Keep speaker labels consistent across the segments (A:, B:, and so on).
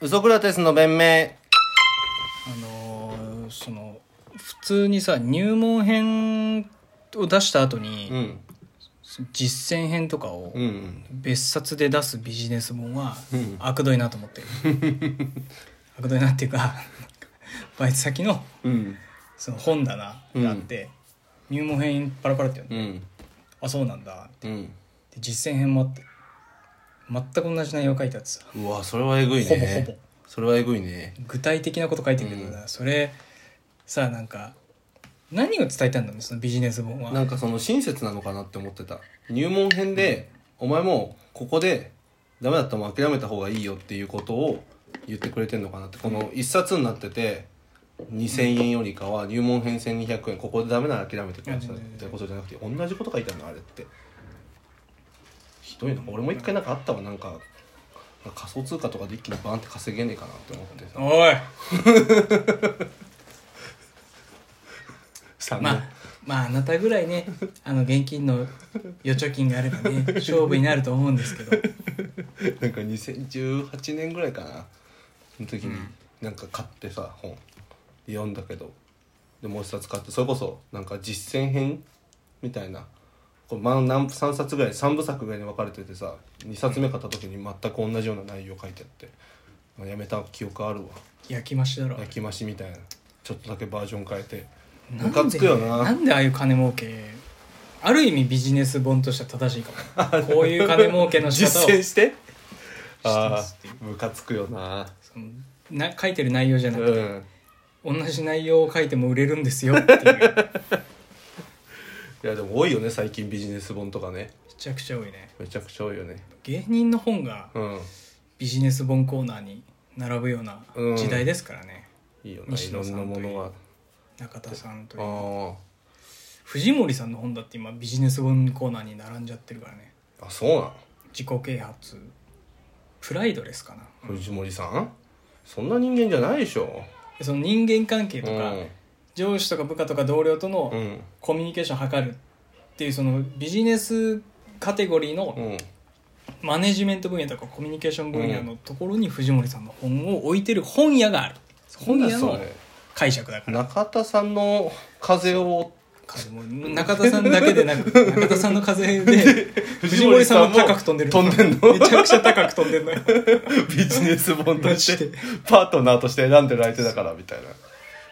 A: ウソクラテスの弁明
B: あのーその普通にさ入門編を出した後に、
A: うん
B: 実践編とかを
A: うん
B: 別冊で出すビジネス本は
A: うん
B: 悪どいなと 思ってる悪どいなっていうかバイト先の
A: うん
B: その本棚があって、入門編パラパラって読ん
A: う
B: で、
A: ん
B: あそうなんだ
A: うん
B: で実践編もあって全く同じ内容書いてあってさ
A: うわそれはえぐいね
B: ほぼほぼ
A: それはえぐいね
B: 具体的なこと書いてるけどな、それさあなんか何を伝えたんだろうそのビジネス本は
A: なんかその親切なのかなって思ってた入門編で、お前もうここでダメだったらもう諦めた方がいいよっていうことを言ってくれてんのかなってこの一冊になってて2000円よりかは入門編1200円ここでダメなら諦めてくださいってことじゃなくて同じこと書いてあるのあれってひどいな俺も一回なんかあったわなんか仮想通貨とかで一気にバンって稼げねえかなって思ってさ
B: おい
A: さ
B: まあまああなたぐらいねあの現金の預貯金があればね勝負になると思うんですけど
A: なんか2018年ぐらいかなの時になんか買ってさ本読んだけどでもう一冊買ってそれこそなんか実践編みたいなこれま何3冊ぐらい3部作ぐらいに分かれててさ2冊目買った時に全く同じような内容書いてあって、まあやめた記憶あるわ
B: 焼き増しだろ
A: 焼き増しみたいなちょっとだけバージョン変えて
B: な
A: ム
B: ん
A: カつくよ
B: でな
A: なん
B: でああいう金儲けある意味ビジネス本としては正しいかもこういう金儲けの仕方を
A: 実践 して
B: ま
A: あ
B: すっていう
A: あムカつくよな
B: そのな書いてる内容じゃ
A: う
B: なくて、
A: ん
B: 同じ内容を書いても売れるんですよっていうめ
A: いやでも多いよね最近ビジネス本とかね
B: ちゃくちゃ多いね
A: めちゃくちゃ多いよね
B: 芸人の本が
A: うん
B: ビジネス本コーナーに並ぶような時代ですからね、
A: いいよな
B: 西
A: いろん
B: 野さん
A: なも
B: とい
A: の
B: う
A: が
B: 中田さんという
A: あ
B: 藤森さんの本だって今ビジネス本コーナーに並んじゃってるからね
A: ああそうなの
B: 自己啓発プライドレスかな
A: 藤森さんそんな人間じゃないでしょ
B: その人間関係とか、
A: うん
B: 上司とか部下とか同僚と
A: う
B: の
A: ん
B: コミュニケーションを図るっていうそのビジネスカテゴリー
A: う
B: の
A: ん
B: マネジメント分野とかコミュニケーション分野のところに藤森さんの本を置いてる本屋がある本
A: なん
B: 屋
A: だ
B: の
A: それ
B: 解釈だから
A: 中田さんの風を
B: もう中田さんだけでなく中田さんの風で 藤森さんも高く飛んでる
A: 飛んでんの
B: めちゃくちゃ高く飛んでる のよ
A: ビジネス本とし
B: マジ
A: て
B: で
A: パートナーとして選んでる相手だからみたいな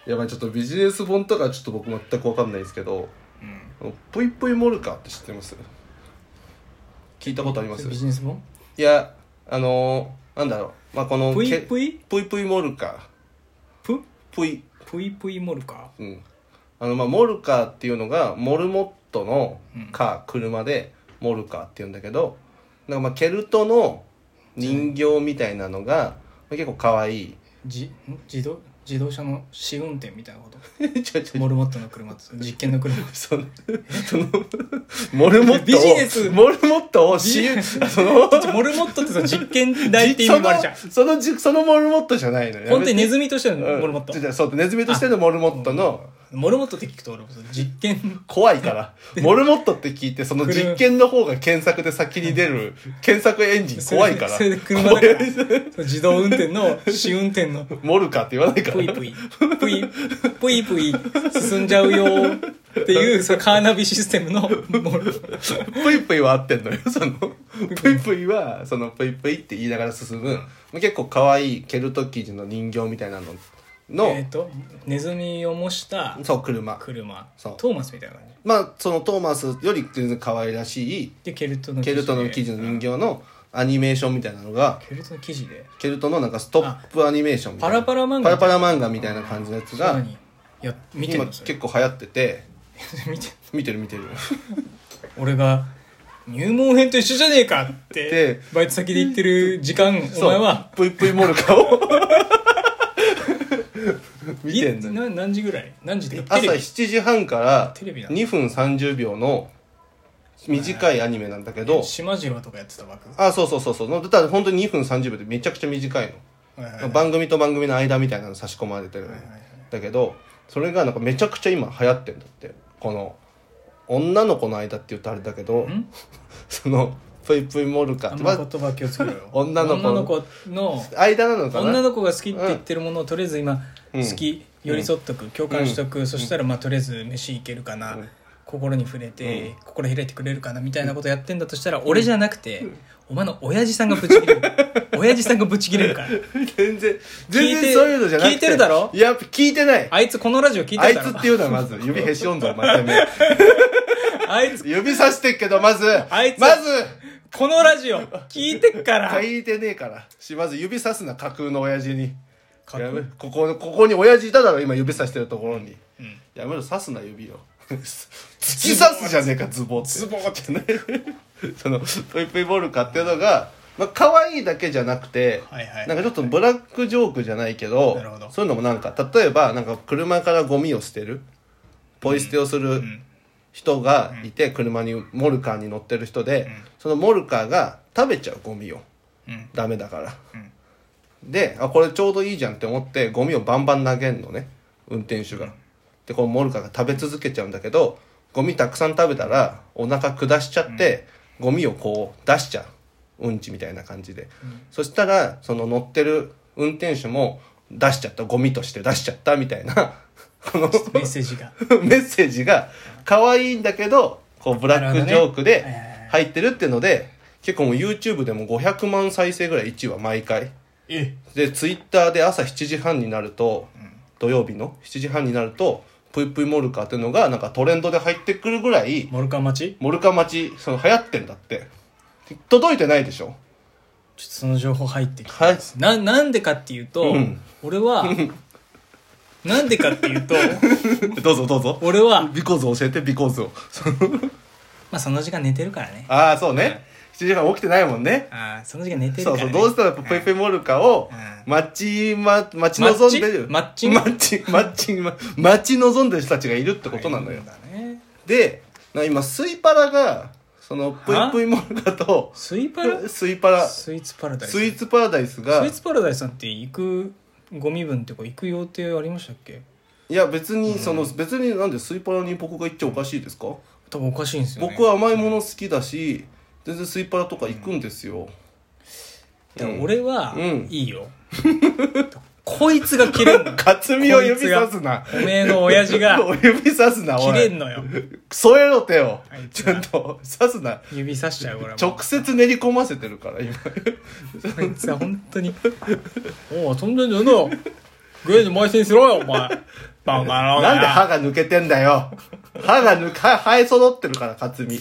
A: やばいちょっとビジネス本とかちょっと僕全く分かんないですけど「ぷいぷいモルカ」って知ってます聞いたことあります
B: ビジネス本
A: いやあのー、なんだろうまあこの
B: ぷ
A: け
B: いぷい
A: ぷいぷいモルカ
B: ぷ
A: ぷい
B: ぷいぷいモルカ
A: うんあのまあモルカーっていうのがモルモットのカー車でモルカーって言うんだけどなんかまあケルトの人形みたいなのが結構可愛い
B: じん自動自動車の試運転みたいな こと
A: ちょちょ
B: モルモットの車って実験の車
A: そのそのモルモット
B: ビジネス
A: をモルモットをし
B: ビ
A: その
B: モルモットってその実験台って意味もあるじゃん
A: そのそのじそのモルモットじゃないのよ
B: 本当にネズミとしての
A: うん
B: モルモット
A: 違う違うそうネズミとしてのモルモットの
B: モルモットって聞くと俺もその実験
A: 怖いから。 モルモットって聞いて、その実験の方が検索で先に出る、検索エンジン怖いから。
B: それでそれで車だから
A: 怖い
B: その自動運転の試運転の
A: モルカって言わないから
B: ぷ。いぷいぷいぷいぷい進んじゃうよっていうそのカーナビシステムのモル
A: ぷいぷいは合ってんのよ。その、 ぷいぷいは、そのぷいぷいって言いながら進む、結構可愛いケルト生地の人形みたいなのの
B: え、っとネズミを模した
A: そう、車。
B: 車ト
A: そう
B: ーマスみたいな感じ
A: まあ、そのトーマスより全然可愛らしい、
B: でケルトの
A: ケルトの生地の人形のアニメーションみたいなのが、
B: ケルトの生地で
A: ケルトのなんかストップアニメーションみたいな
B: あパラパラ漫画
A: パラパラ漫画みたいな感じのやつが、
B: 何や見てる
A: 今
B: のそれ
A: 結構流行ってて
B: 見てんの
A: 見てる見てる
B: 俺が入門編と一緒じゃねえかって
A: で
B: バイト先で言ってる時間 お前は
A: そうぷいぷいモルカを 見てん
B: い
A: の
B: な何時ぐらい何時でテ
A: 朝
B: レビ
A: 7時半から
B: テレビなの
A: 2分30秒の短いアニメなんだけど
B: 島次郎とかやってた枠
A: あそうそうそうそうのだから本当に2分30秒でめちゃくちゃ短いの、
B: はいはいはい
A: 番組と番組の間みたいなの差し込まれてるの、
B: はいはい
A: だけどそれがなんかめちゃくちゃ今流行ってんだってこの女の子の間って言うとあれだけど
B: ん
A: そのぷいぷいモルカ
B: あ
A: っ
B: ん
A: て、
B: ま
A: ま
B: 言葉気をつけろよ
A: 女の子
B: 女の子の
A: あ、間なのかな
B: 女の子が好きって言ってるものをとりあえず今
A: うん
B: 好き、寄り添っとく共感しとく、そしたらまあとりあえず飯行けるかな、
A: うん
B: 心に触れて、
A: うん
B: 心開いてくれるかなみたいなことやってんだとしたら、俺じゃなくて、お前の親父さんがぶち切 れる親父さんがぶち切れるから
A: 全然
B: 聞
A: 全
B: いて
A: 然そういうのじゃなくて
B: 聞いてるだろ
A: いや聞いてない
B: あいつこのラジオ聞い
A: あ
B: て
A: い
B: た
A: つ
B: の
A: っていうのはまず指へし折んぞお前てめえ
B: あいつ
A: 指さしてっけどまず
B: あいつ
A: まず
B: このラジオ聞いてっから
A: 書いてねえからしまず指さすな架空の親父に
B: 架空
A: やめここここに親父いただろ今指さしてるところに、
B: ん
A: やめろ刺すな指 を突き刺すじゃねえかズボって
B: ズボ
A: ってね そのトイプイボルカっていうのがまあ可愛いだけじゃなくて、
B: はいはい
A: なんかちょっとブラックジョークじゃないけど
B: なるほど
A: そういうのもなんか例えばなんか車からゴミを捨てるポイ捨てをする、
B: うん
A: 人がいて、車にモルカーに乗ってる人で、そのモルカーが食べちゃうゴミを
B: うん
A: ダメだから、
B: うん
A: であこれちょうどいいじゃんって思ってゴミをバンバン投げんのね運転手が、でこのモルカーが食べ続けちゃうんだけどゴミたくさん食べたらお腹下しちゃって、ゴミをこう出しちゃううんちみたいな感じで、そしたらその乗ってる運転手も出しちゃったゴミとして出しちゃったみたいな この
B: メッセージが
A: メッセージが可愛いんだけどこうブラックジョークで入ってるってので結構もう YouTube でも500万再生ぐらい1話毎回
B: え
A: で Twitter で朝7時半になると土曜日の7時半になると「ぷいぷいモルカ」っていうのがなんかトレンドで入ってくるぐらい
B: モルカン町ちょ
A: モルカ町その流行ってんだって届いてないでしょ
B: っとその情報入ってきて
A: はい
B: ななんでかっていうと、
A: うん
B: 俺はなんでかっていうと
A: どうぞどうぞ
B: 俺は、ま
A: ビコーズ教えてビコーズを
B: あ、その時間寝てるからね
A: ああそうね7時半起きてないもんね
B: ああその時間寝てる
A: そ
B: から、
A: う
B: ね、
A: そう、どうしたらぷいぷいモルカを
B: う
A: 待ち、ま、待ち望んでる。
B: マッチマ
A: 待ち、待ち、待ち望んでる人たちがいるってことなのよ。
B: だね
A: で、な今、スイパラが、その、ぷいぷいモルカと、
B: スイパラ
A: スイパラ、ス
B: スイーツパラダイス
A: イーツパラダイスが
B: スイー、ツパラダイスさんって行くご身分っていうか行く予定ありましたっけ
A: いや、別に、その、別になんでスイパラに僕が行っちゃおかしいですか
B: 多分おかしいんですよ、ね、
A: 僕は甘いもの好きだし、全然スイパラとか行くんですよ。
B: だから俺は
A: うん
B: いいよ、 こいつが切れんの
A: 勝美を指さすな。
B: おめえの親父が
A: 指さす な、お
B: 切
A: い
B: れんのよ
A: 添えろ手を
B: あいつ
A: ちゃ
B: ら
A: んと刺すな
B: 指さしちゃう俺はもう
A: 直接練り込ませてるから今
B: こいつは本当に「おお飛んでんじゃねえよグレージ前にしろよお前バカな
A: なんで歯が抜けてんだよ歯が抜か生え揃ってるから克美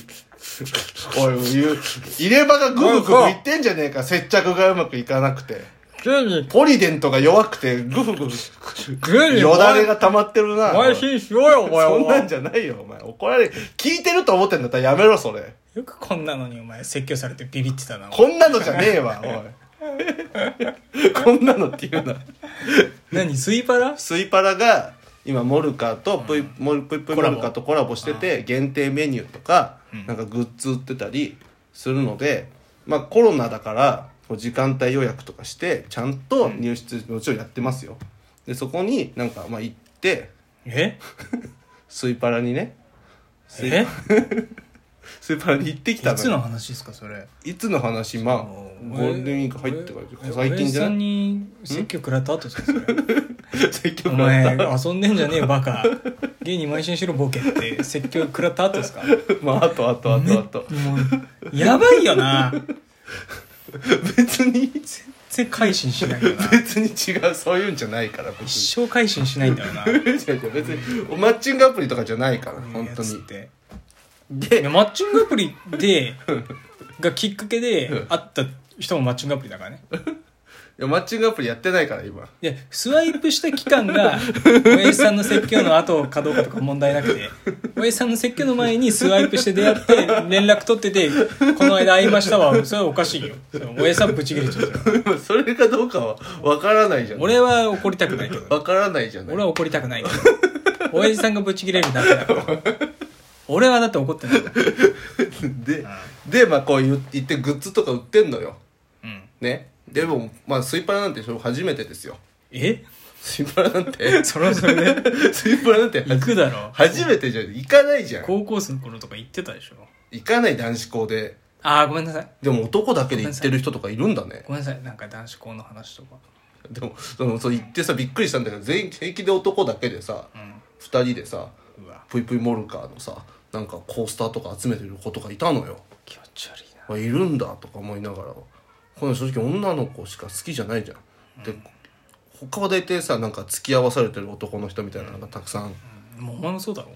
A: おい言う入れ歯がグフグフいってんじゃねえか接着がうまくいかなくて
B: グレージ
A: ポリデントが弱くてグフグフ
B: グレージ
A: よだれが溜まってるなおい
B: 前
A: そ
B: にしろよお前
A: んなんじゃないよお前怒られる聞いてると思ってんだったらやめろそれ
B: よくこんなのにお前説教されてビビってたな
A: こんなのじゃねえわおいこんなのっていうな
B: 何スイパラ
A: スイパラが今モルカーとプイ、モルプイプイモルカーとコラボしてて限定メニューとか、なんかグッズ売ってたりするので、まあコロナだからこう時間帯予約とかしてちゃんと入室もちろんやってますよ。でそこになんかまあ行って
B: え
A: スイパラにねスイ
B: え
A: スイパラに行ってきた
B: い
A: の
B: つ
A: よ。
B: の話ですかそれ
A: いつの話まあゴールデンウィーク入ってから最近じゃ
B: おやじさん
A: ない
B: に説教食らった後ですかそれ
A: 最近
B: お前遊んでんじゃねえよバカ芸に邁進しろボケって説教食らった後ですか
A: まああとあとあとあと
B: もうやばいよな
A: 別に
B: 全然改心しないよな
A: 別に違うそういうんじゃないから別に
B: 一生改心しないんだよな
A: 違う違う別にマッチングアプリとかじゃないから本
B: や
A: 当
B: つっ
A: に
B: ていや
A: で
B: マッチングアプリでがきっかけで
A: うん
B: 会った人もマッチングアプリだからね
A: いやマッチングアプリやってないから今
B: いやスワイプした期間が親父さんの説教の後かどうかとか問題なくて親父さんの説教の前にスワイプして出会って連絡取っててこの間会いましたわそれはおかしいよそれは親父さんブチ切れちゃうそれは
A: 今それかどうかは分からないじゃん
B: 俺は怒りたくないけど
A: 分からないじゃない
B: 俺は怒りたくないけど親父さんがブチ切れるだけだから俺はだって怒ってない
A: ででまあこう言言ってグッズとか売ってんのよ
B: うん
A: ねでもまあスイパラなんてそれ初めてですよ
B: え
A: スイパラなんて
B: それはそれで
A: スイパラなんて
B: 行くだろ
A: 初めてじゃん行かないじゃん
B: 高校生の頃とか行ってたでしょ
A: 行かない男子校で
B: ああごめんなさい
A: でも男だけで行ってる人とかいるんだね
B: ごめんなさいなんか男子校の話とか
A: でもそのそう行ってさびっくりしたんだけど全員平気で男だけでさ、二人でさ
B: うわ
A: ぷいぷいモルカーのさなんかコースターとか集めてる子とかいたのよ
B: 気持ち悪いな
A: あいるんだとか思いながらこの正直女の子しか好きじゃないじゃん、で他は大体さなんか付き合わされてる男の人みたいなのがたくさん、
B: うんもうお前もそうだろ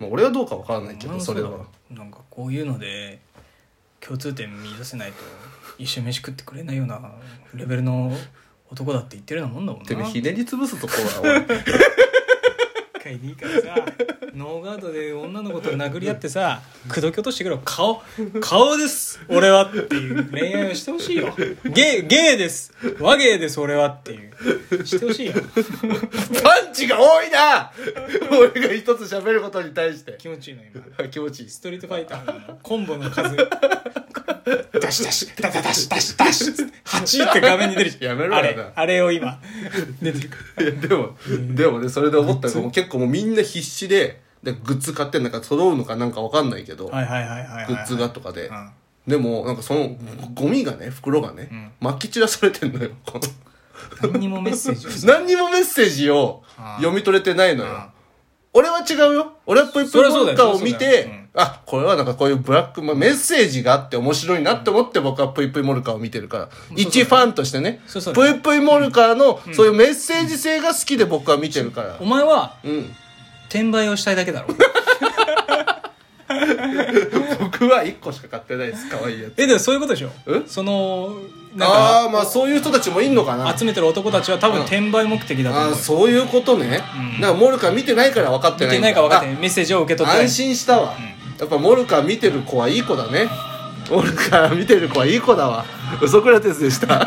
A: まあ、俺はどうかわからないけ
B: お前
A: ど
B: も
A: そうれ
B: だ
A: は
B: ろなんかこういうので共通点見出せないと一緒に飯食ってくれないようなレベルの男だって言ってるようなもんだもんな
A: てめえひねり潰すとこはおい
B: 一回でいいからさ ノーガードで女の子と殴り合ってさ口説き落としてくれよ顔顔です俺はっていう恋愛をしてほしいよゲーゲーです和芸です俺はっていうしてほしいよ
A: パンチが多いな 俺が一つ喋ることに対して
B: 気持ちいいの今
A: あ気持ちいい
B: ストリートファイターのコンボの数ダシダシダダダシダシダシ8って画面に出るじゃん
A: やめろよな
B: あれあれを今出てくる
A: いやでも、でもね、それで思ったのがもう結構もうみんな必死で、で、グッズ買ってなんか揃うのかなんかわかんないけど、
B: はいはいはいはいはい
A: グッズがとかで。
B: うん
A: でも、なんかその、ゴミがね、袋がね、まき散らされてんのよ。 この
B: 何にもメッセージをさ
A: 何にもメッセージを
B: あー
A: 読み取れてないの
B: う
A: よ
B: ん。
A: 俺は違うよ。俺はポイプ
B: そりゃそう
A: 文
B: だよ
A: 化を
B: そり
A: 見
B: ゃそうだよ
A: て
B: うん、
A: あ、これはなんかこういうブラック、まあ、メッセージがあって面白いなって思って僕はプイプイモルカーを見てるから、一ファンとしてね、
B: そうそうだ
A: プ
B: よ
A: イプイモルカーのそういうメッセージ性が好きで僕は見てるから
B: お。前は
A: うん。
B: 転売をしたいだけだろ
A: 僕は1個しか買ってないです可愛いやつ
B: えでもそういうことでしょ
A: え
B: そのなん
A: ああ
B: か
A: ーまあそういう人たちもいんのかなあ
B: 集めてる男たちは多分
A: うん
B: 転売目的だと思う
A: あー
B: よ
A: そういうことね、
B: うん
A: なんかモルカー見てないから分かって
B: 見
A: ない
B: て
A: ん
B: な
A: だ
B: いか分かってないメッセージを受け取
A: あ
B: ってない
A: 安心したわ、やっぱモルカー見てる子はいい子だねモルカー見てる子はいい子だわウソクラテスでした